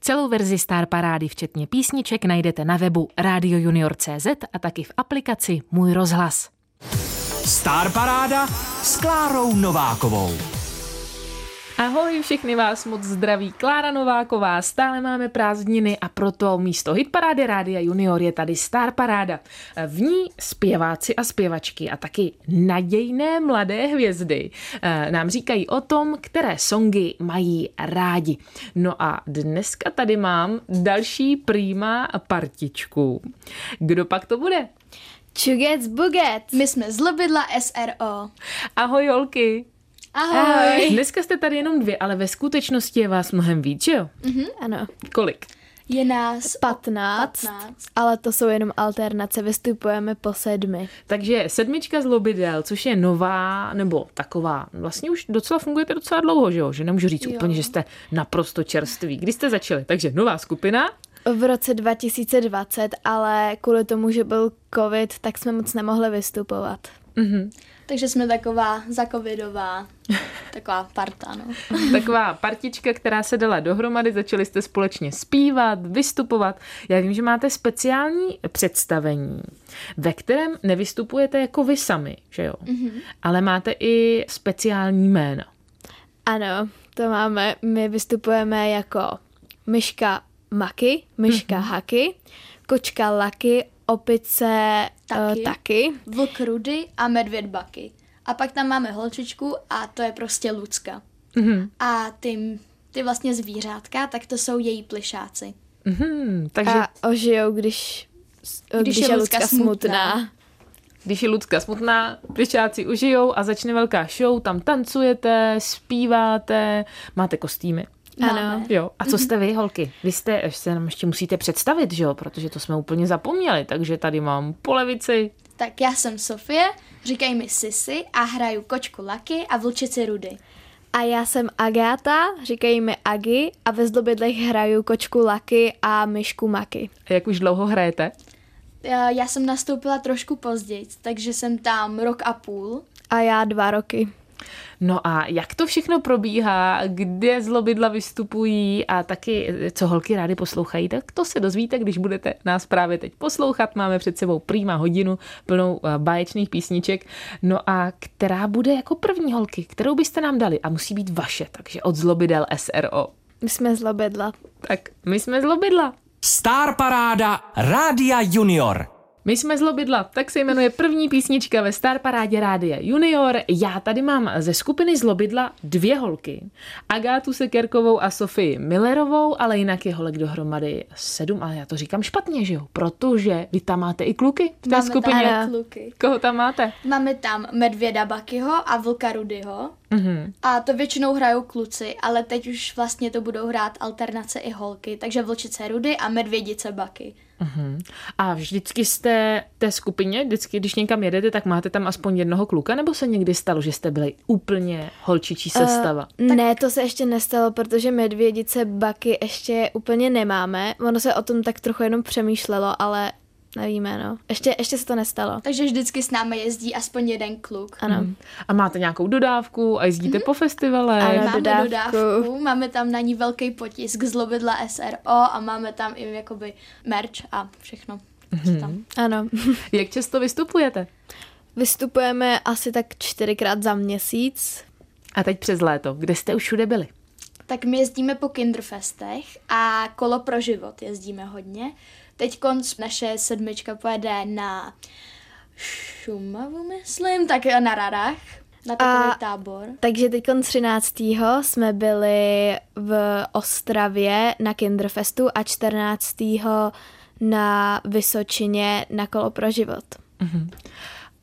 Celou verzi Star Parády, včetně písniček, najdete na webu radiojunior.cz a taky v aplikaci Můj rozhlas. Star Paráda s Klárou Novákovou. Ahoj, všechny vás moc zdraví Klára Nováková, stále máme prázdniny a proto místo hitparády Rádia Junior je tady Star Paráda. V ní zpěváci a zpěvačky a taky nadějné mladé hvězdy eh, nám říkají o tom, které songy mají rádi. No a dneska tady mám další prýma partičku. Kdo pak to bude? Čugec Buget. My jsme z Lobidla SRO. Ahoj, holky! Ahoj. Dneska jste tady jenom dvě, ale ve skutečnosti je vás mnohem víc, že jo? Ano, Kolik? Je nás 15, 15. ale to jsou jenom alternace, vystupujeme po sedmi. Takže sedmička z Lobidel, což je nová, nebo taková, vlastně už docela fungujete docela dlouho, že jo? Že nemůžu říct jo. úplně, že jste naprosto čerství. Kdy jste začali? Takže nová skupina. V roce 2020, ale kvůli tomu, že byl covid, tak jsme moc nemohli vystupovat. takže jsme taková zakovidová, taková parta, no. Taková partička, která se dala dohromady, začali jste společně zpívat, vystupovat. Já vím, že máte speciální představení, ve kterém nevystupujete jako vy sami, že jo? Mm-hmm. Ale máte i speciální jména. Ano, to máme, my vystupujeme jako myška Maki, myška Haki, kočka Laki, opice Taky. taky. taky. Vlk Rudy a medvěd Baky. A pak tam máme holčičku a to je prostě Lucka. Mm-hmm. A ty, ty vlastně zvířátka, tak to jsou její plišáci. Hmm, takže A ožijou, když, když, když je Lucka smutná. smutná. Když je Lucka smutná, plišáci užijou a začne velká show, tam tancujete, zpíváte, máte kostýmy. Máme. Ano, Jo. A co jste vy, holky? Vy jste, až se nám ještě musíte představit, že jo? Protože to jsme úplně zapomněli, takže tady mám po levici. Tak já jsem Sofie, říkají mi Sisi a hraju kočku Laky a vlčici Rudy. A já jsem Agáta, říkají mi Agi a ve zlobidlech hraju kočku Laky a myšku Maki. A jak už dlouho hrajete? Já já jsem nastoupila trošku později, takže jsem tam rok a půl. A já dva roky. No a jak to všechno probíhá, kde zlobidla vystupují a taky, co holky rády poslouchají, tak to se dozvíte, když budete nás právě teď poslouchat. Máme před sebou prýma hodinu plnou eh, báječných písniček. No a která bude jako první holky, kterou byste nám dali a musí být vaše, takže od zlobidel SRO. My jsme zlobidla. Tak my jsme zlobidla. Star Paráda Rádia Junior. My jsme Zlobidla, tak se jmenuje první písnička ve Star Parádě Rádia Junior. Já tady mám ze skupiny Zlobidla dvě holky. Agátu Sekerkovou a Sofii Millerovou, ale jinak je holek dohromady sedm, ale já to říkám špatně, že jo? Protože vy tam máte i kluky v té Máme skupině. tam kluky. Koho tam máte? Máme tam medvěda Bakyho a vlka Rudyho. Mhm. Mm-hmm. A to většinou hrajou kluci, ale teď už vlastně to budou hrát alternace i holky. Takže vlčice Rudy a medvědice Baky. Mhm. A vždycky jste v té skupině, vždycky, když někam jedete, tak máte tam aspoň jednoho kluka, nebo se někdy stalo, že jste byli úplně holčičí sestava? Eh. Tak... Ne, to se ještě nestalo, protože medvědice Baky ještě úplně nemáme. Ono se o tom tak trochu jenom přemýšlelo, ale nevíme, no. Ještě, ještě se to nestalo. Takže vždycky s námi jezdí aspoň jeden kluk. Ano. A máte nějakou dodávku a jezdíte Mhm. po festivalech? Ano. Máme dodávku. dodávku, máme tam na ní velký potisk z lobidla SRO a máme tam i jakoby merch a všechno. Mhm. co Tam. Ano. Jak často vystupujete? Vystupujeme asi tak čtyřikrát za měsíc. A teď přes léto, kde jste už všude byli? Tak my jezdíme po kinderfestech a kolo pro život jezdíme hodně. Teď konc naše sedmička pojede na Šumavu, myslím, tak na Radách, na takový A- tábor. Takže teď 13. jsme byli v Ostravě na Kinderfestu a 14. na Vysočině na Kolo pro život.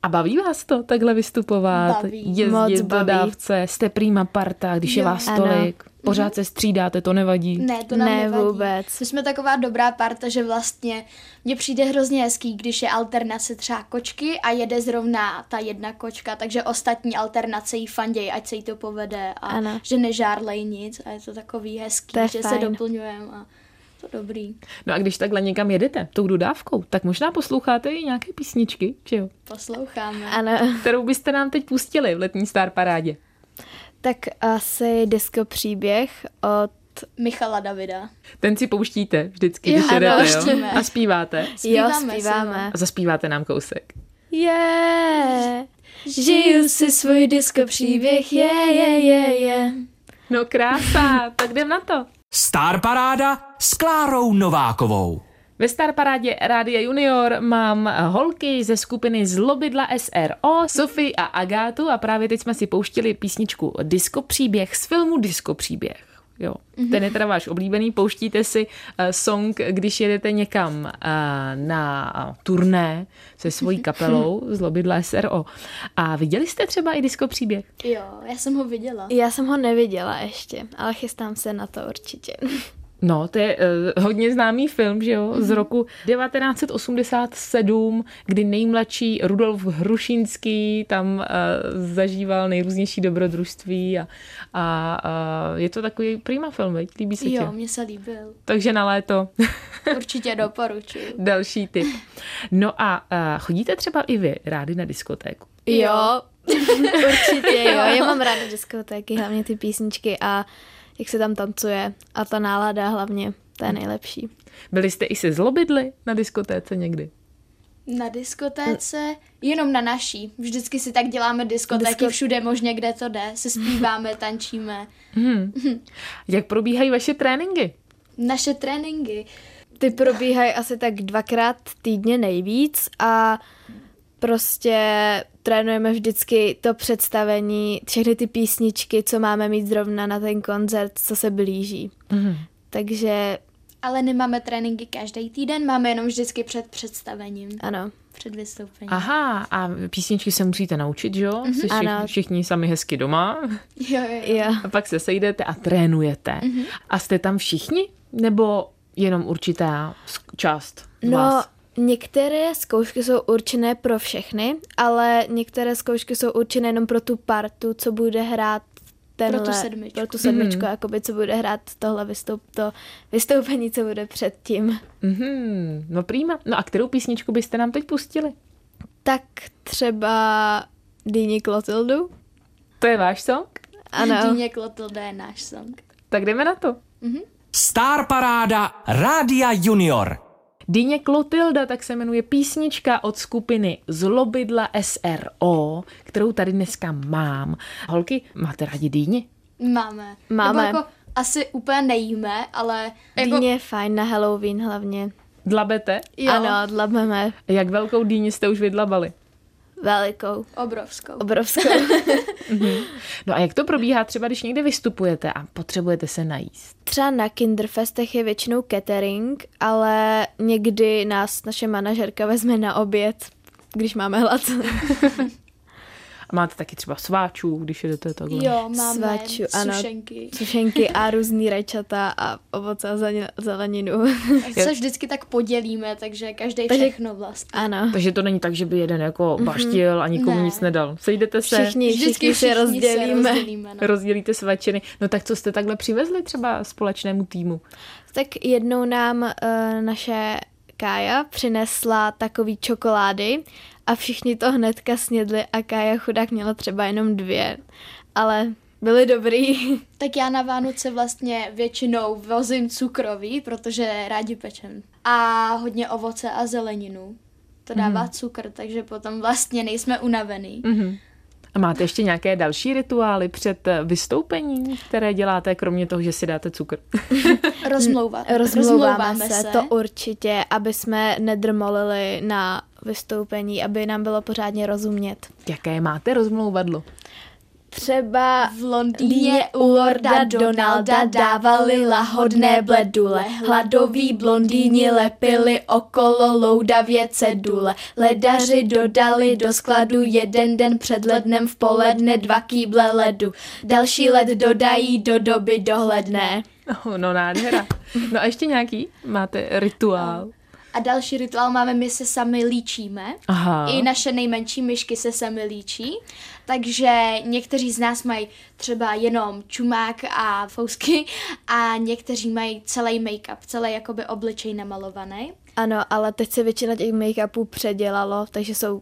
A baví vás to takhle vystupovat, Baví. Moc jezdit baví. No, dodávce, jste prýma parta, když je Jo. vás Ano. Mhm. tolik, pořád se střídáte, to nevadí. Ne, to nám Ne, nevadí. vůbec. My jsme taková dobrá parta, že vlastně mně přijde hrozně hezký, když je alternace třeba kočky a jede zrovna ta jedna kočka, takže ostatní alternace jí fanděj, ať se jí to povede a Ano. že nežárlej nic a je to takový hezký, To je že se fajn. doplňujeme a to dobrý, No a když takhle někam jedete, tou dodávkou, tak možná posloucháte i nějaké písničky, že jo? posloucháme. Ano. Kterou byste nám teď pustili v letní star parádě. Tak asi disco příběh od Michala Davida. Ten si pouštíte vždycky, Jo, když ano, jedete, jo? pouštíme. A zpíváte. Zpíváme jo, si, no. zpíváme. A zaspíváte nám kousek. Je, žiju si svůj disco příběh, je, je, je, je. No krása, tak jdem na to. Star Paráda s Klárou Novákovou. Ve Star Parádě Rádia Junior mám holky ze skupiny Zlobidla SRO, Sofii a Agátu a právě teď jsme si pouštili písničku Disco příběh z filmu Disco příběh. Jo, ten je teda váš oblíbený, pouštíte si eh, song, když jedete někam eh, na turné se svojí kapelou Zlobidla SRO. A viděli jste třeba i Disco příběh? Jo, já jsem ho viděla. Já jsem ho neviděla ještě, ale chystám se na to určitě. No, to je uh, hodně známý film, že jo, z roku 1987, kdy nejmladší Rudolf Hrušínský tam uh, zažíval nejrůznější dobrodružství a, a uh, je to takový prima film, veď? líbí se Jo, ti. mně se líbil. Takže na léto Určitě doporučuji. další tip. No a uh, chodíte třeba i vy rádi na diskotéku? Jo, určitě jo. Já mám ráda diskotéky, hlavně ty písničky a jak se tam tancuje a ta nálada hlavně, to je nejlepší. Byli jste i se zlobidly na diskotéce někdy? Na diskotéce, jenom na naší. Vždycky si tak děláme diskotéky Disko- všude možně, kde to jde. Se zpíváme, tančíme. Jak probíhají vaše tréninky? Naše tréninky. Ty probíhají asi tak dvakrát týdně nejvíc a prostě trénujeme vždycky to představení, všechny ty písničky, co máme mít zrovna na ten koncert, co se blíží. Mhm. Takže Ale nemáme tréninky každý týden, máme jenom vždycky před představením, ano, před vystoupením. Aha, a písničky se musíte naučit, že jo? Mm-hmm. Ano. Všichni, všichni sami hezky doma. Jo, jo, jo. jo. A pak se sejdete a trénujete. Mm-hmm. A jste tam všichni? Nebo jenom určitá sk- část no. No, vás? některé zkoušky jsou určené pro všechny, ale některé zkoušky jsou určené jenom pro tu partu, co bude hrát tenhle, Pro tu sedmičku. Pro tu sedmičku, mm-hmm. jakoby, co bude hrát tohle vystoup, to vystoupení, co bude předtím. Mm-hmm. No prýma. No a kterou písničku byste nám teď pustili? Tak třeba Dýni Klotildu. Jako- To je váš song? Ano, Dýně Klotilda je náš song. Tak jdeme na to. Star Paráda Rádia Junior. Dýně Klotilda, tak se jmenuje písnička od skupiny Zlobidla SRO, kterou tady dneska mám. Holky, máte rádi dýně? Máme. Máme. Nebo jako asi úplně nejíme, ale jako, Dýně je fajn na Halloween hlavně. Dlabete? jo, ano. Ano, dlabeme Jak velkou dýni jste už vydlabali? velikou, obrovskou. obrovskou. No a jak to probíhá třeba, když někde vystupujete a potřebujete se najíst? Třeba na kinderfestech je většinou catering, ale někdy nás naše manažerka vezme na oběd, když máme hlad. A máte taky třeba sváčů, když jedete takhle? Jo, máme Svaču, ano. sušenky. Sušenky a různý rajčata a ovoce a zeleně- zeleninu. Ať se vždycky tak podělíme, takže každý Takže- všechno vlastně. Ano. Takže to není tak, že by jeden jako baštil a nikomu Mhm. Ne. nic nedal. Sejdete se, Všichni, všichni, všichni se rozdělíme. rozdělíme no. rozdělíte svačiny. No tak co jste takhle přivezli třeba společnému týmu? Tak jednou nám uh, naše Kája přinesla takový čokolády a všichni to hnedka snědli a Kája chudák měla třeba jenom dvě, ale byly dobrý. Tak já na Vánoce vlastně většinou vozím cukroví, protože rádi pečem. A hodně ovoce a zeleninu. To Mhm. dává cukr, takže potom vlastně nejsme unavený. Mhm. A máte ještě nějaké další rituály před eh, vystoupením, které děláte, kromě toho, že si dáte cukr? Rozmlouvat. Rozmlouváme se, to určitě, aby jsme nedrmolili na vystoupení, aby nám bylo pořádně rozumět. Jaké máte rozmlouvadlo? Třeba V Londýně u Lorda Donalda dávali lahodné bledule, hladoví blondýni lepili okolo loudavě cedule. Ledaři dodali do skladu jeden den před lednem v poledne dva kýble ledu. Další led dodají do doby dohledné. Oh, no nádhera. No a ještě nějaký máte rituál? A další rituál máme, my se sami líčíme. Aha. I naše nejmenší myšky se sami líčí, takže někteří z nás mají třeba jenom čumák a fousky a někteří mají celý make-up, celý jakoby obličej namalovaný. ano, ale teď se většina těch make-upů předělalo, takže jsou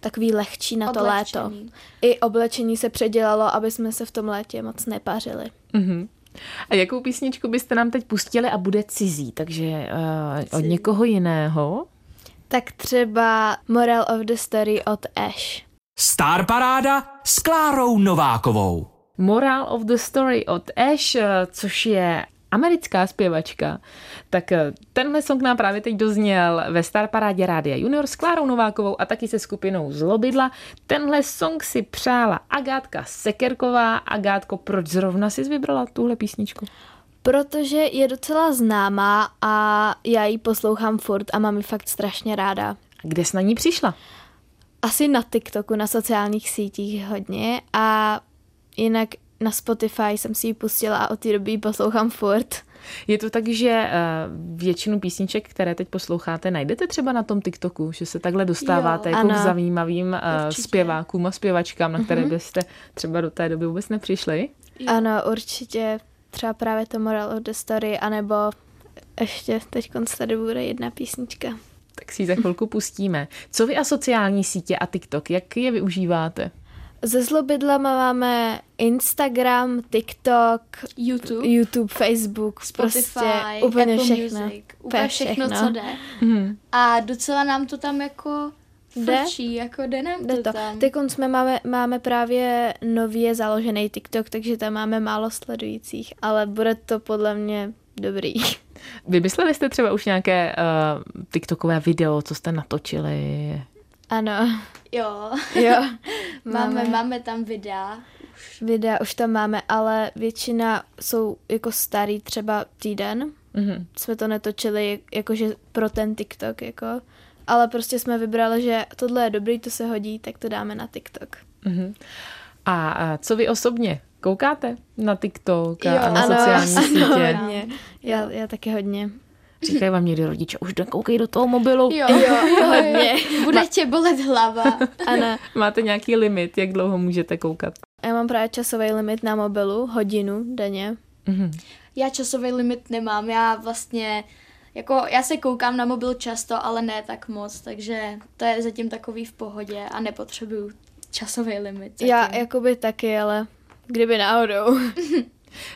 takový lehčí na to Oblečený. léto. I oblečení se předělalo, aby jsme se v tom létě moc nepařili. Mhm. A jakou písničku byste nám teď pustili a bude cizí, takže uh, od někoho jiného? Tak třeba Moral of the Story od Ash. Star Paráda s Klárou Novákovou. Moral of the Story od Ash, eh, což je americká zpěvačka, tak eh, tenhle song nám právě teď dozněl ve Star Parádě Rádia Junior s Klárou Novákovou a taky se skupinou Zlobidla. Tenhle song si přála Agátka Sekerková. Agátko, proč zrovna jsi vybrala tuhle písničku? Protože je docela známá a já ji poslouchám furt a mám ji fakt strašně ráda. A kde jsi na ní přišla? Asi na TikToku, na sociálních sítích hodně a jinak na Spotify jsem si ji pustila a od té doby ji poslouchám furt. Je to tak, že eh, většinu písniček, které teď posloucháte, najdete třeba na tom TikToku, že se takhle dostáváte Jo, jako k ano. zajímavým eh, Určitě. Mhm. zpěvákům a zpěvačkám, na které byste třeba do té doby vůbec nepřišli. Jo. Ano, určitě třeba právě to Moral of the Story, anebo ještě teď tady bude jedna písnička. Tak si ji za chvilku pustíme. Co vy a sociální sítě a TikTok, jak je využíváte? Ze zlobydlama máme Instagram, TikTok, YouTube, YouTube, Facebook, Spotify, prostě úplně Apple všechno. Music, úplně všechno, všechno, co jde. A docela nám to tam jako Mhm. Jde? frčí, jako jde nám Jde to, to. tam. Teď jsme máme, máme právě nově založený TikTok, takže tam máme málo sledujících, ale bude to podle mě dobrý. Vymysleli jste třeba už nějaké uh, TikTokové video, co jste natočili? Ano, Jo, jo. máme, máme tam videa. Videa už tam máme, ale většina jsou jako starý třeba týden. Mhm. Jsme to netočili jakože pro ten TikTok, jako. Ale prostě jsme vybrali, že tohle je dobrý, to se hodí, tak to dáme na TikTok. Mhm. A, a co vy osobně? Koukáte na TikTok a Jo, a na ano, sociální ano. sítě? hodně. Já, já taky hodně. Říkají vám někdy rodiče, už dokoukej do toho mobilu. Jo, jo, hodně. Bude tě bolet hlava. Ano. Máte nějaký limit, jak dlouho můžete koukat? Já mám právě časový limit na mobilu, hodinu denně. Mhm. Já časový limit nemám, já vlastně, jako já se koukám na mobil často, ale ne tak moc, takže to je zatím takový v pohodě a nepotřebuju časový limit. Zatím. Já jakoby taky, ale kdyby náhodou.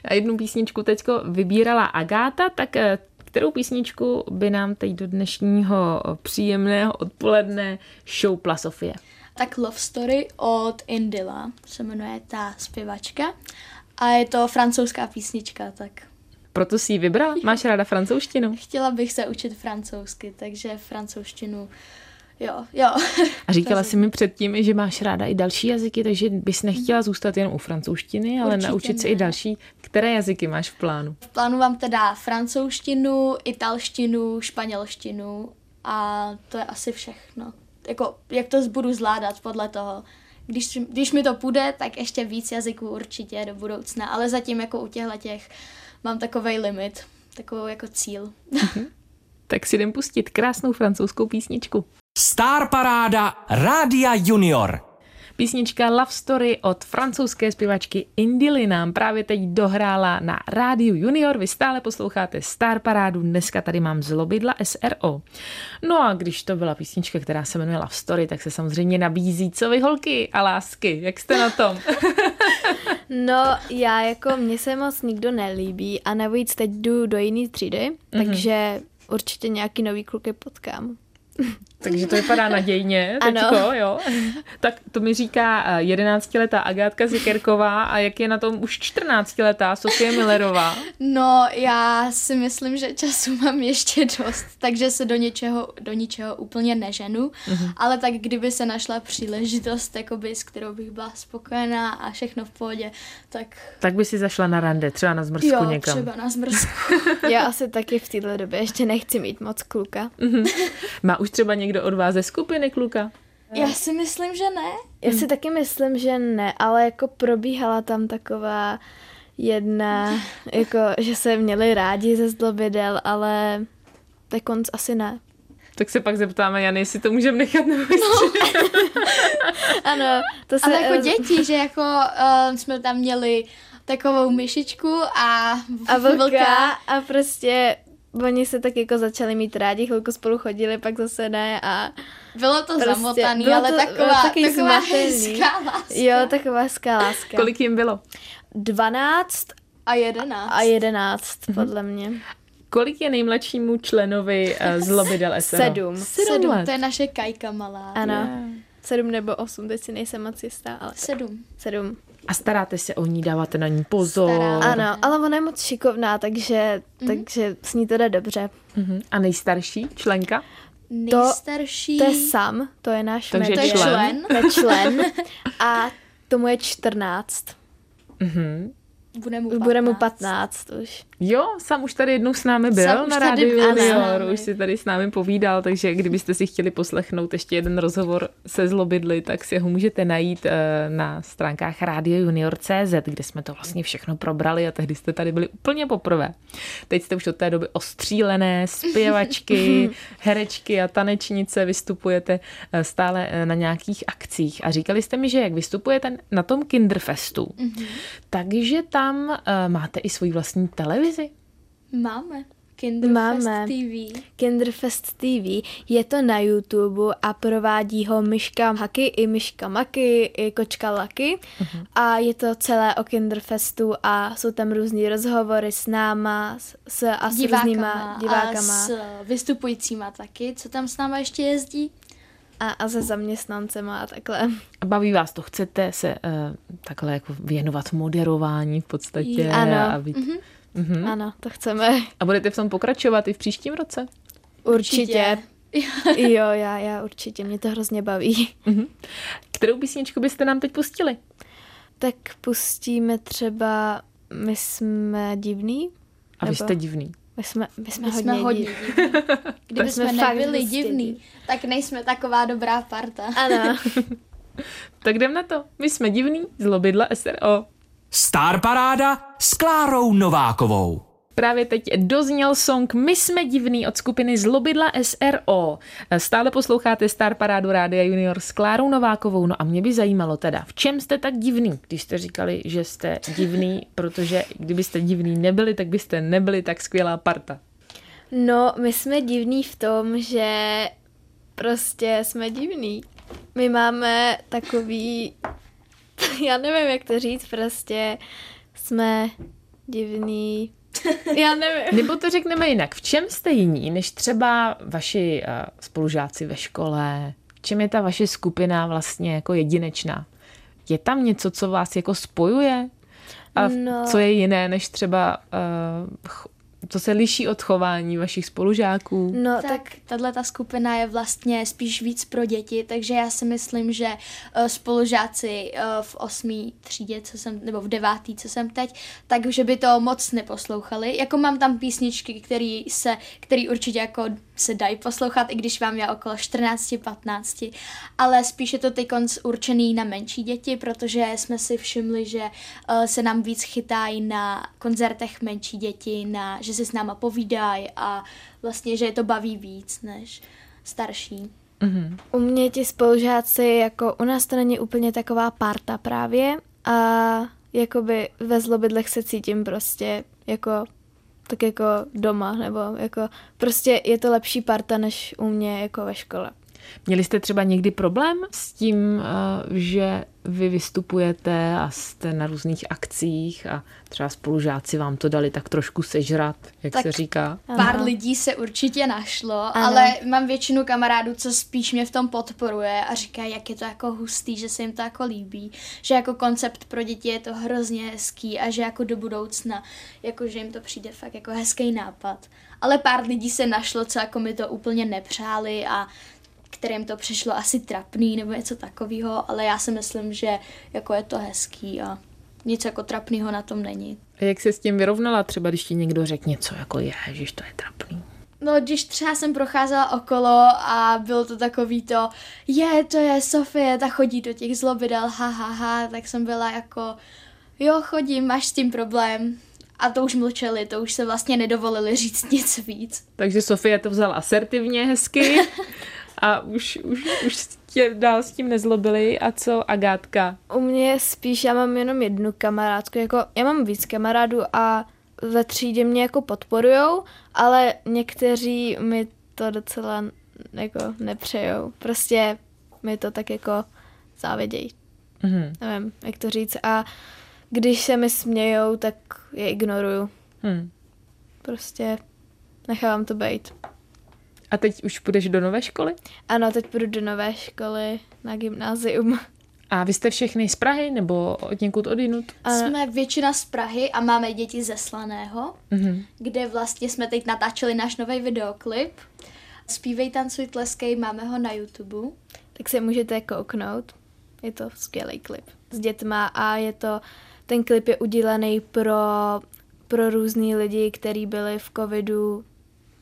A jednu písničku teďko vybírala Agáta, tak eh, kterou písničku by nám teď do dnešního eh, příjemného odpoledne šoupla Sofie? Tak Love Story od Indila se jmenuje ta zpěvačka a je to francouzská písnička, tak Proto si ji vybrala? Máš ráda francouzštinu? chtěla bych se učit francouzsky, takže francouzštinu, jo, jo. A říkala si mi předtím, že máš ráda i další jazyky, takže bys nechtěla zůstat jen u francouzštiny, ale Určitě naučit se ne. i další. Které jazyky máš v plánu? V plánu mám teda francouzštinu, italštinu, španělštinu a to je asi všechno. Jako, jak to budu zvládat podle toho. Když, když mi to půjde, tak ještě víc jazyků určitě do budoucna, ale zatím jako u těchto těch mám takový limit, takovou jako cíl. Tak si jdem pustit krásnou francouzskou písničku. Star Paráda Rádia Junior. Písnička Love Story od francouzské zpěvačky Indily nám právě teď dohrála na rádiu Junior. Vy stále posloucháte Star Parádu, dneska tady mám zlobidla SRO. No a když to byla písnička, která se jmenuje Love Story, tak se samozřejmě nabízí, co vy holky a lásky, jak jste na tom? No, já jako, mně se moc nikdo nelíbí a navíc teď jdu do jiný třídy, Mhm. mm-hmm. takže určitě nějaký nový kluky potkám. Takže to vypadá nadějně, teďko, ano. Ano. jo. Tak to mi říká eh, 11-letá Agátka Zikerková a jak je na tom už 14-letá Sofie Millerová. No, já si myslím, že času mám ještě dost, takže se do něčeho, do ničeho úplně neženu, Mhm. mm-hmm. ale tak kdyby se našla příležitost, jakoby, s kterou bych byla spokojená a všechno v pohodě, tak Tak by si zašla na rande, třeba na zmrzku jo, někam. třeba na zmrzku. Já asi taky v této době ještě nechci mít moc kluka. Mhm. Má už třeba někdo od vás ze skupiny kluka? já si myslím, že ne. Já si taky myslím, že ne, ale jako probíhala tam taková jedna, jako, že se měli rádi ze zlobidel, ale tak konc asi ne. Tak se pak zeptáme, Jany, jestli to můžeme nechat nebo jestli... No, Ano, to se... Ale jako eh, děti, že jako uh, jsme tam měli takovou myšičku a, a vlka a prostě oni se tak jako začali mít rádi, chvilku spolu chodili, pak zase ne a Bylo to Prostě, prostě, zamotaný, bylo ale to- bylo taková, takový taková zmatený. hezká láska. jo, taková hezká láska. Kolik jim bylo? 12 A jedenáct. a jedenáct, podle mě. Kolik je nejmladšímu členovi eh, zloby del SNO? Sedm. Sedm, Sedm, let. to je naše kajka malá. Ano. Sedm nebo osm, teď si nejsem moc jistá, ale Sedm. sedm. A staráte se o ní, dáváte na ní pozor. Starám. A, Ano, ale ona je moc šikovná, takže, Mhm. mm. takže s ní to jde dobře. Mhm. a nejstarší členka? Nejstarší. To je sam, to je náš Takže to je medvěd. člen. člen. To je člen. A tomu je 14. Bude mu Už 15. bude mu 15 už. Jo, sám už tady jednou s námi byl Sam už na tady rádiu byl s Junior, námi. už si tady s námi povídal, takže kdybyste si chtěli poslechnout ještě jeden rozhovor se zlobidly, tak si ho můžete najít eh, na stránkách Radio Junior.cz, kde jsme to vlastně všechno probrali a tehdy jste tady byli úplně poprvé. Teď jste už od té doby ostřílené, zpěvačky, herečky a tanečnice, vystupujete eh, stále eh, na nějakých akcích a říkali jste mi, že jak vystupujete na tom Kinderfestu, takže tam eh, máte i svoji vlastní televizi. Máme. Kinderfest Máme. TV. Kinderfest TV je to na YouTube a provádí ho Myška Haky i Myška Maky i Kočka Laky a je to celé o Kinderfestu a jsou tam různý rozhovory s náma s, s, a s různýma divákama A s vystupujícíma taky, co tam s náma ještě jezdí. a, a se zaměstnancema a takhle. A baví vás to, chcete se uh, takhle jako věnovat moderování v podstatě. Ano. A, být... mm-hmm. Hmm. Ano, to chceme. a budete v tom pokračovat i v příštím roce? Určitě. jo, já, já určitě, mě to hrozně baví. Kterou písničku byste nám teď pustili? Tak pustíme třeba My jsme divný? A vy Nebo- jste divný. My jsme, my jsme My hodně, jsme hodně divný. divní. Kdyby jsme jsme, fakt nebyli prostě divní, tak nejsme taková dobrá parta. Ano. Tak jdem na to. My jsme divný, zlobidla SRO. Star Paráda s Klárou Novákovou. Právě teď dozněl song My jsme divný od skupiny Zlobidla SRO. Stále posloucháte Star Parádu Rádia Junior s Klárou Novákovou. No a mě by zajímalo teda, v čem jste tak divný, když jste říkali, že jste divný, protože kdybyste divný nebyli, tak byste nebyli tak skvělá parta. No, my jsme divní v tom, že prostě jsme divní. My máme takový, já nevím, jak to říct, prostě jsme divní. Já nevím. Nebo to řekneme jinak, v čem jste jiní, než třeba vaši eh, spolužáci ve škole? V čem je ta vaše skupina vlastně jako jedinečná? Je tam něco, co vás jako spojuje? A no. No. co je jiné, než třeba, eh, ch- co se liší od chování vašich spolužáků? No, tak, Tak tahle ta skupina je vlastně spíš víc pro děti, takže já si myslím, že eh, spolužáci eh, v osmý třídě, co jsem, nebo v devátý, co jsem teď, takže by to moc neposlouchali. Jako mám tam písničky, který, se, který určitě jako se dají poslouchat, i když vám je okolo 14-15, ale spíš je to teď určený na menší děti, protože jsme si všimli, že eh, se nám víc chytají na koncertech menší děti, na, že si s náma povídají a vlastně, že je to baví víc než starší. U mě ti spolužáci, jako u nás to není úplně taková parta právě a jakoby ve zlobydlech se cítím prostě jako tak jako doma, nebo jako prostě je to lepší parta než u mě jako ve škole. Měli jste třeba někdy problém s tím, eh, že vy vystupujete a jste na různých akcích a třeba spolužáci vám to dali tak trošku sežrat, jak Tak se říká? Pár lidí se určitě našlo, ano. ale mám většinu kamarádů, co spíš mě v tom podporuje a říká, jak je to jako hustý, že se jim to jako líbí, že jako koncept pro děti je to hrozně hezký a že jako do budoucna, jako že jim to přijde fakt jako hezký nápad. Ale pár lidí se našlo, co jako mi to úplně nepřáli a kterým to přišlo asi trapný nebo něco takového, ale já si myslím, že jako je to hezký a nic jako trapného na tom není. A jak se s tím vyrovnala třeba, když ti někdo řekl něco jako ježiš, to je trapný. No, když třeba jsem procházela okolo a bylo to takový to, je, to je Sofie, ta chodí do těch zlobidel, ha, ha, ha, tak jsem byla jako, jo, chodím, máš s tím problém. A to už mlčeli, to už se vlastně nedovolili říct nic víc. Takže Sofie to vzala asertivně, hezky a už, už, už tě dál s tím nezlobili. A co Agátka? U mě spíš, já mám jenom jednu kamarádku, jako já mám víc kamarádů a ve třídě mě jako podporujou, ale někteří mi to docela jako nepřejou. Prostě mi to tak jako závidějí. Mhm. Nevím, jak to říct. A když se mi smějou, tak je ignoruju. Hm. Prostě nechávám to být. A teď už půjdeš do nové školy? Ano, teď půjdu do nové školy na gymnázium. A vy jste všechny z Prahy nebo od někud odinut? Ano. Jsme většina z Prahy a máme děti ze Slaného, Mhm. kde vlastně jsme teď natáčeli náš nový videoklip. Spívej, tancuj, tleskej, máme ho na YouTube. Tak se můžete kouknout. Je to skvělý klip s dětma a je to, ten klip je udělaný pro, pro různý lidi, kteří byli v covidu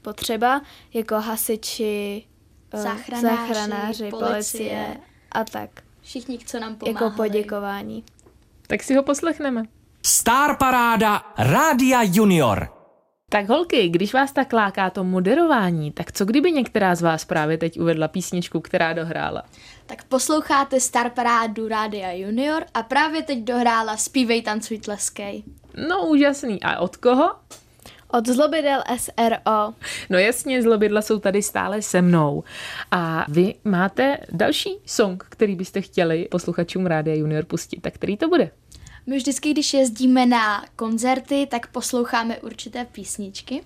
potřeba, jako hasiči, eh, Záchranáři, záchranáři policie policie. a tak. Všichni, co nám Pomáhali. pomáhali. Jako poděkování. Tak si ho poslechneme. Star Paráda Rádia Junior. Tak holky, když vás tak láká to moderování, tak co kdyby některá z vás právě teď uvedla písničku, která dohrála? Tak posloucháte Star Parádu Rádia Junior a právě teď dohrála Spívej, tancuj, tleskej. No úžasný. A od koho? Od zlobidel SRO. No jasně, zlobidla jsou tady stále se mnou. A vy máte další song, který byste chtěli posluchačům Rádia Junior pustit. Tak který to bude? My vždycky, když jezdíme na koncerty, tak posloucháme určité písničky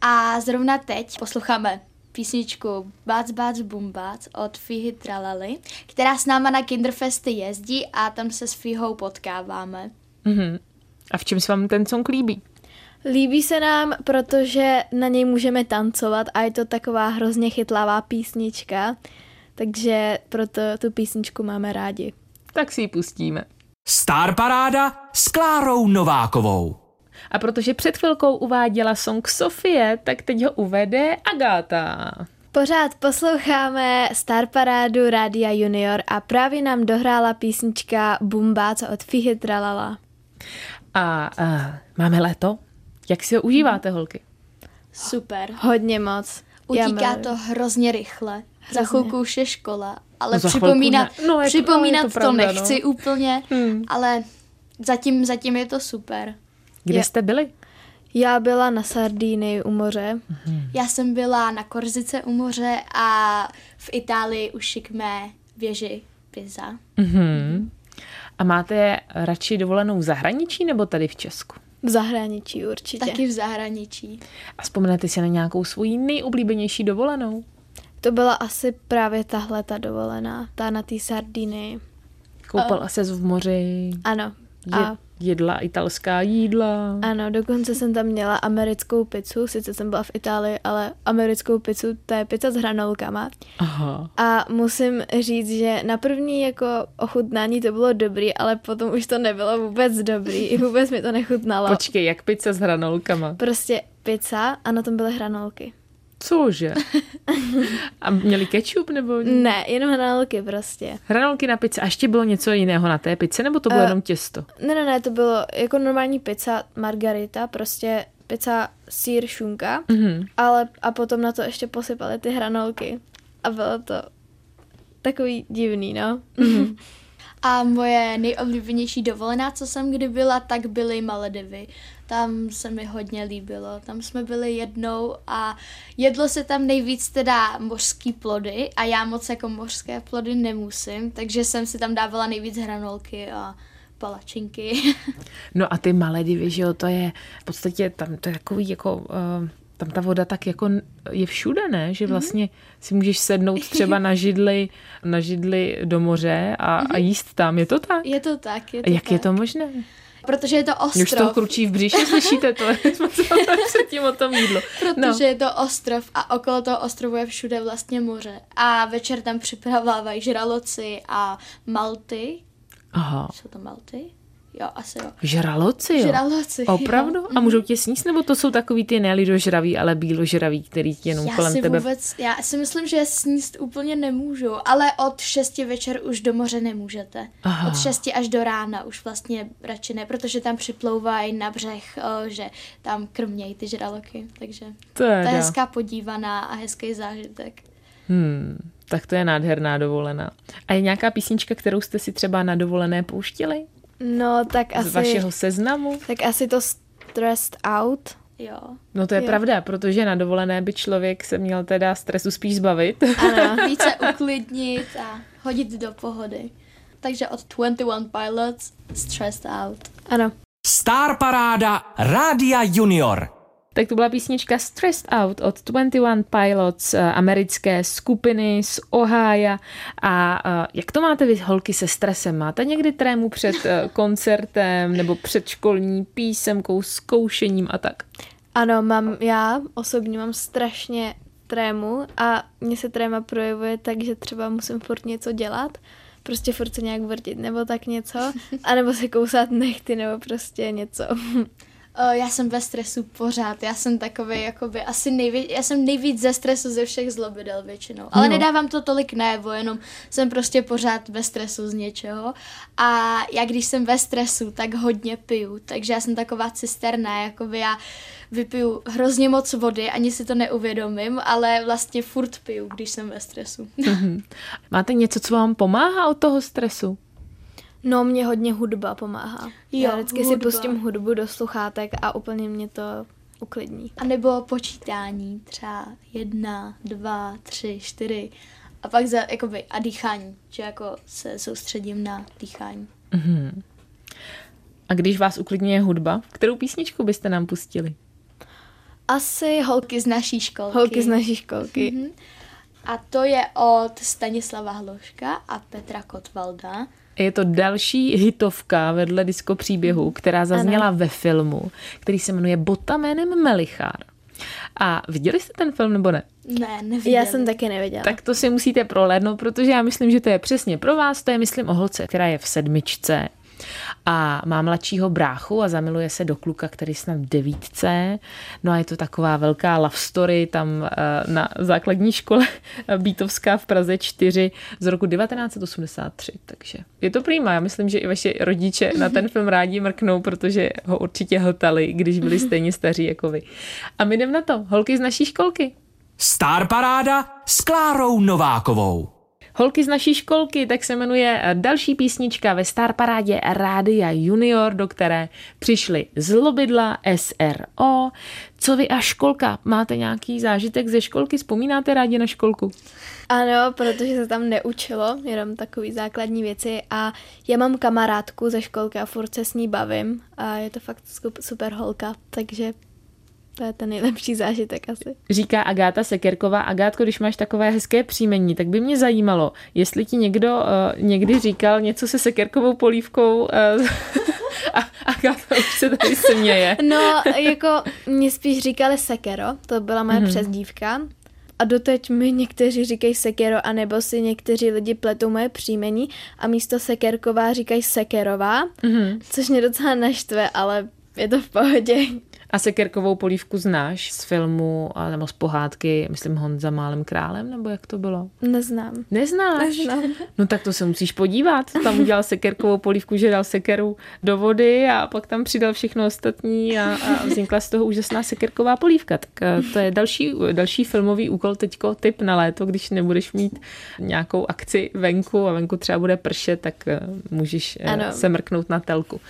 a zrovna teď posloucháme písničku Bác Bác Bum Bác od Fihy Tralaly, která s náma na Kinderfesty jezdí a tam se s Fihou potkáváme. Mhm. A v čem se vám ten song líbí? Líbí se nám, protože na něj můžeme tancovat a je to taková hrozně chytlavá písnička, takže proto tu písničku máme rádi. Tak si ji pustíme. Star Paráda s Klárou Novákovou. A protože před chvilkou uváděla song Sofie, tak teď ho uvede Agáta. Pořád posloucháme Star Parádu Rádia Junior a právě nám dohrála písnička Bumbác od Fihy Tralala. A uh, máme léto? Jak si ho užíváte, holky? Super. Hodně moc. Já Utíká miluji. to hrozně rychle. Za chvilku už je škola, ale No za chvilku připomínat, ne. No, je to- připomínat no, je to, to pravda, no. nechci úplně, ale zatím, zatím je to super. Kde Je- jste byli? Já byla na Sardínii u moře. Hmm. Já jsem byla na Korzice u moře a v Itálii u šikmé věži Pisa. Mhm. A máte radši dovolenou v zahraničí nebo tady v Česku? V zahraničí určitě. Taky v zahraničí. A vzpomenete si na nějakou svoji nejoblíbenější dovolenou? To byla asi právě tahle ta dovolená, ta na té Sardinii. Koupala uh, ses v moři, Ano. je, Eh. A, jedla italská jídla. ano, dokonce jsem tam měla americkou pizzu, sice jsem byla v Itálii, ale americkou pizzu, to je pizza s hranolkama. Aha. A musím říct, že na první jako ochutnání to bylo dobrý, ale potom už to nebylo vůbec dobrý. I vůbec mi to nechutnalo. Počkej, jak pizza s hranolkama. Prostě pizza a na tom byly hranolky. Cože? A měli kečup nebo? Ne, jenom hranolky prostě. Hranolky na pizze. A ještě bylo něco jiného na té pizze, nebo to bylo Eh, jenom těsto? Ne, ne, ne, to bylo jako normální pizza margarita, prostě pizza sír šunka, Mhm. ale a potom na to ještě posypali ty hranolky. A bylo to takový divný, no. Mhm. A moje nejoblíbenější dovolená, co jsem kdy byla, tak byly Maledivy. Tam se mi hodně líbilo. Tam jsme byli jednou a jedlo se tam nejvíc teda mořský plody a já moc jako mořské plody nemusím, takže jsem si tam dávala nejvíc hranolky a palačinky. No a ty Maledivy, že jo, to je v podstatě tam to je takový jako... Uh, tam ta voda tak jako n- je všude, ne? Mhm. Že vlastně mm-hmm. si můžeš sednout třeba na židli, na židli do moře a, Mhm. mm-hmm. a jíst tam. Je to tak? Je to tak, je A to jak tak. je to možné? Protože je to Mě Už to ostrov. kručí v břiše, slyšíte to? Jak jsme se bavili předtím o tom jídlu. No. Protože je to ostrov a okolo toho ostrovu je všude vlastně moře. A večer tam připravávají žraloci a malty. Aha. Jsou to malty? Jo, asi jo. Žraloci, jo? Žraloci, jo. Mm. Mhm. Opravdu? Jo. A můžou tě sníst? Nebo to jsou takový ty nelidožraví, ale bíložraví, který ti jenom já kolem si tebe... vůbec, já si myslím, že sníst úplně nemůžu, ale od 6 večer už do moře nemůžete. Aha. Od 6 až do rána už vlastně radši ne, protože tam připlouvají na břeh, o, že tam krmějí ty žraloky, takže to je Teda. hezká podívaná a hezký zážitek. Hmm, tak to je nádherná dovolená. A je nějaká písnička, kterou jste si třeba na dovolené pouštili? No, tak Z asi... vašeho seznamu? Tak asi to stressed out. Jo. No to je Jo. pravda, protože na dovolené by člověk se měl teda stresu spíš zbavit. Ano. Více uklidnit a hodit do pohody. takže od 21 Pilots Stressed Out. Ano. Star Paráda Rádia Junior. Tak to byla písnička Stressed Out od 21 Pilots, eh, americké skupiny z Ohája. A eh, jak to máte vy, holky, se stresem? Máte někdy trému před eh, koncertem nebo před školní písemkou, zkoušením a tak? Ano, mám, já osobně mám strašně trému a mně se tréma projevuje tak, že třeba musím furt něco dělat, prostě furt se nějak vrtit nebo tak něco, anebo se kousat nechty nebo prostě něco. Eh, Já jsem ve stresu pořád, já jsem takový jakoby asi nejvíc, já jsem nejvíc ze stresu ze všech zlobidel většinou, ale Jo. nedávám to tolik najevo, jenom jsem prostě pořád ve stresu z něčeho a já když jsem ve stresu, tak hodně piju, takže já jsem taková cisterna, jakoby já vypiju hrozně moc vody, ani si to neuvědomím, ale vlastně furt piju, když jsem ve stresu. Máte něco, co vám pomáhá od toho stresu? No, mě hodně hudba pomáhá. já Jo, vždycky si hudba. pustím hudbu do sluchátek a úplně mě to uklidní. A nebo počítání, třeba jedna, dva, tři, čtyři. A pak za, jakoby, a dýchání, že jako se soustředím na dýchání. A když vás uklidňuje hudba, kterou písničku byste nám pustili? Asi hol- Holky z naší školky. holky z naší školky. Mhm. Mm-hmm. A to je od Stanislava Hloška a Petra Kotvalda. Je to další hitovka vedle disco příběhu, která zazněla ano. ve filmu, který se jmenuje Bota jménem Melichár. A viděli jste ten film nebo ne? Ne, neviděli. Já jsem taky nevěděla. Tak to si musíte prohlédnout, protože já myslím, že to je přesně pro vás. To je, myslím, o holce, která je v sedmičce a má mladšího bráchu a zamiluje se do kluka, který je snad v devítce. No a je to taková velká love story tam eh, na základní škole Bítovská v Praze 4 z roku 1983. Takže je to prýma. Já myslím, že i vaše rodiče na ten film rádi mrknou, protože ho určitě hltali, když byli stejně staří jako vy. A my jdeme na to. Holky z naší školky. Star Paráda s Klárou Novákovou. Holky z naší školky, tak se jmenuje eh, další písnička ve Star Parádě Rádia Junior, do které přišli zlobidla SRO. Co vy a školka? Máte nějaký zážitek ze školky? Vzpomínáte rádi na školku? Ano, protože se tam neučilo, jenom takové základní věci a já mám kamarádku ze školky a furt se s ní bavím a je to fakt skup- super holka, takže to je ten nejlepší zážitek asi. Říká Agáta Sekerková. Agátko, když máš takové hezké příjmení, tak by mě zajímalo, jestli ti někdo eh, někdy říkal něco se Sekerkovou polívkou eh, a Agáta už se tady směje. No, jako mě spíš říkali Sekero, to byla moje mm-hmm. přezdívka. A doteď mi někteří říkají Sekero, anebo si někteří lidi pletou moje příjmení a místo Sekerková říkají Sekerová, mm-hmm. což mě docela naštve, ale je to v pohodě. A sekerkovou polívku znáš z filmu a- nebo z pohádky, myslím Honza málem králem, nebo jak to bylo? Neznám. Neznáš? Neznám. No tak to se musíš podívat. Tam udělal sekerkovou polívku, že dal sekeru do vody a pak tam přidal všechno ostatní a, a vznikla z toho úžasná sekerková polívka. Tak eh, to je další, další filmový úkol teďko, tip na léto, když nebudeš mít nějakou akci venku a venku třeba bude pršet, tak eh, můžeš eh, Ano. se mrknout na telku.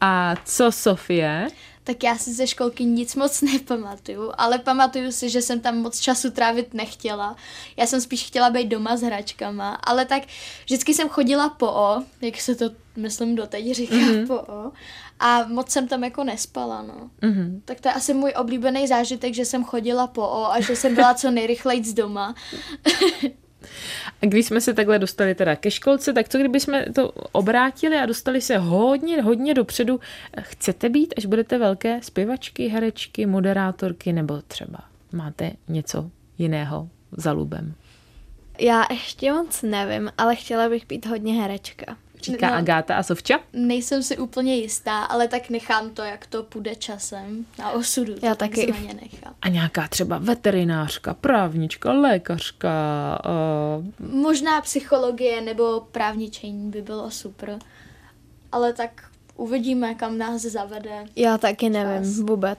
A co Sofie? Tak já si ze školky nic moc nepamatuju, ale pamatuju si, že jsem tam moc času trávit nechtěla. Já jsem spíš chtěla být doma s hračkama, ale tak vždycky jsem chodila po O, jak se to, myslím, doteď říká Mhm. mm-hmm. po O, a moc jsem tam jako nespala, no. Mhm. Mm-hmm. Tak to je asi můj oblíbený zážitek, že jsem chodila po O a že jsem byla co nejrychleji z doma. A když jsme se takhle dostali teda ke školce, tak co kdyby jsme to obrátili a dostali se hodně, hodně dopředu. Chcete být, až budete velké zpěvačky, herečky, moderátorky nebo třeba máte něco jiného za lubem? Já ještě moc nevím, ale chtěla bych být hodně herečka. Říká No. Agáta a Sovča. Nejsem si úplně jistá, ale tak nechám to, jak to půjde časem na osudu. to Já taky. takzvaně nechám. A nějaká třeba veterinářka, právnička, lékařka, uh, Možná psychologie nebo právničení by bylo super, ale tak uvidíme, kam nás zavede. Já taky nevím vůbec.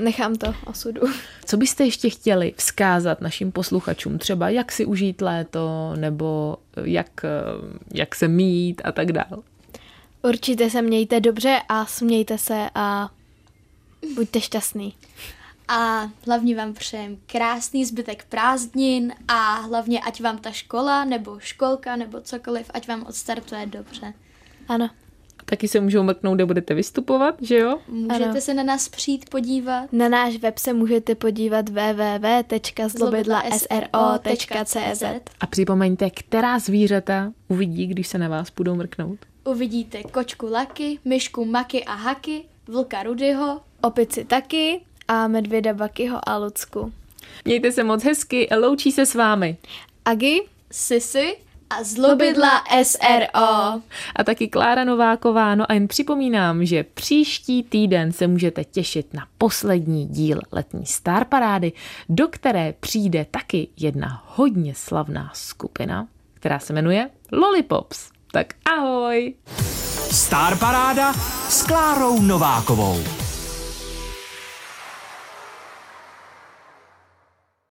Nechám to osudu. Co byste ještě chtěli vzkázat našim posluchačům? Třeba jak si užít léto, nebo jak, eh, jak se mít a tak dál. Určitě se mějte dobře a smějte se a buďte šťastný. a hlavně vám přejem krásný zbytek prázdnin a hlavně ať vám ta škola nebo školka nebo cokoliv, ať vám odstartuje dobře. Ano. Taky se můžou mrknout, kde budete vystupovat, že jo? Můžete Ano. se na nás přijít podívat. Na náš web se můžete podívat www.zlobidlasro.cz A připomeňte, která zvířata uvidí, když se na vás budou mrknout. Uvidíte kočku Laky, myšku Maky a Haky, vlka Rudyho. Opici taky a medvěda Bakyho a Lucku. Mějte se moc hezky, loučí se s vámi. Agi? Sisy a zlobidla SRO. A taky Klára Nováková. No a jen připomínám, že příští týden se můžete těšit na poslední díl letní Star Parády, do které přijde taky jedna hodně slavná skupina, která se jmenuje Lollipops. Tak ahoj! Star Paráda s Klárou Novákovou.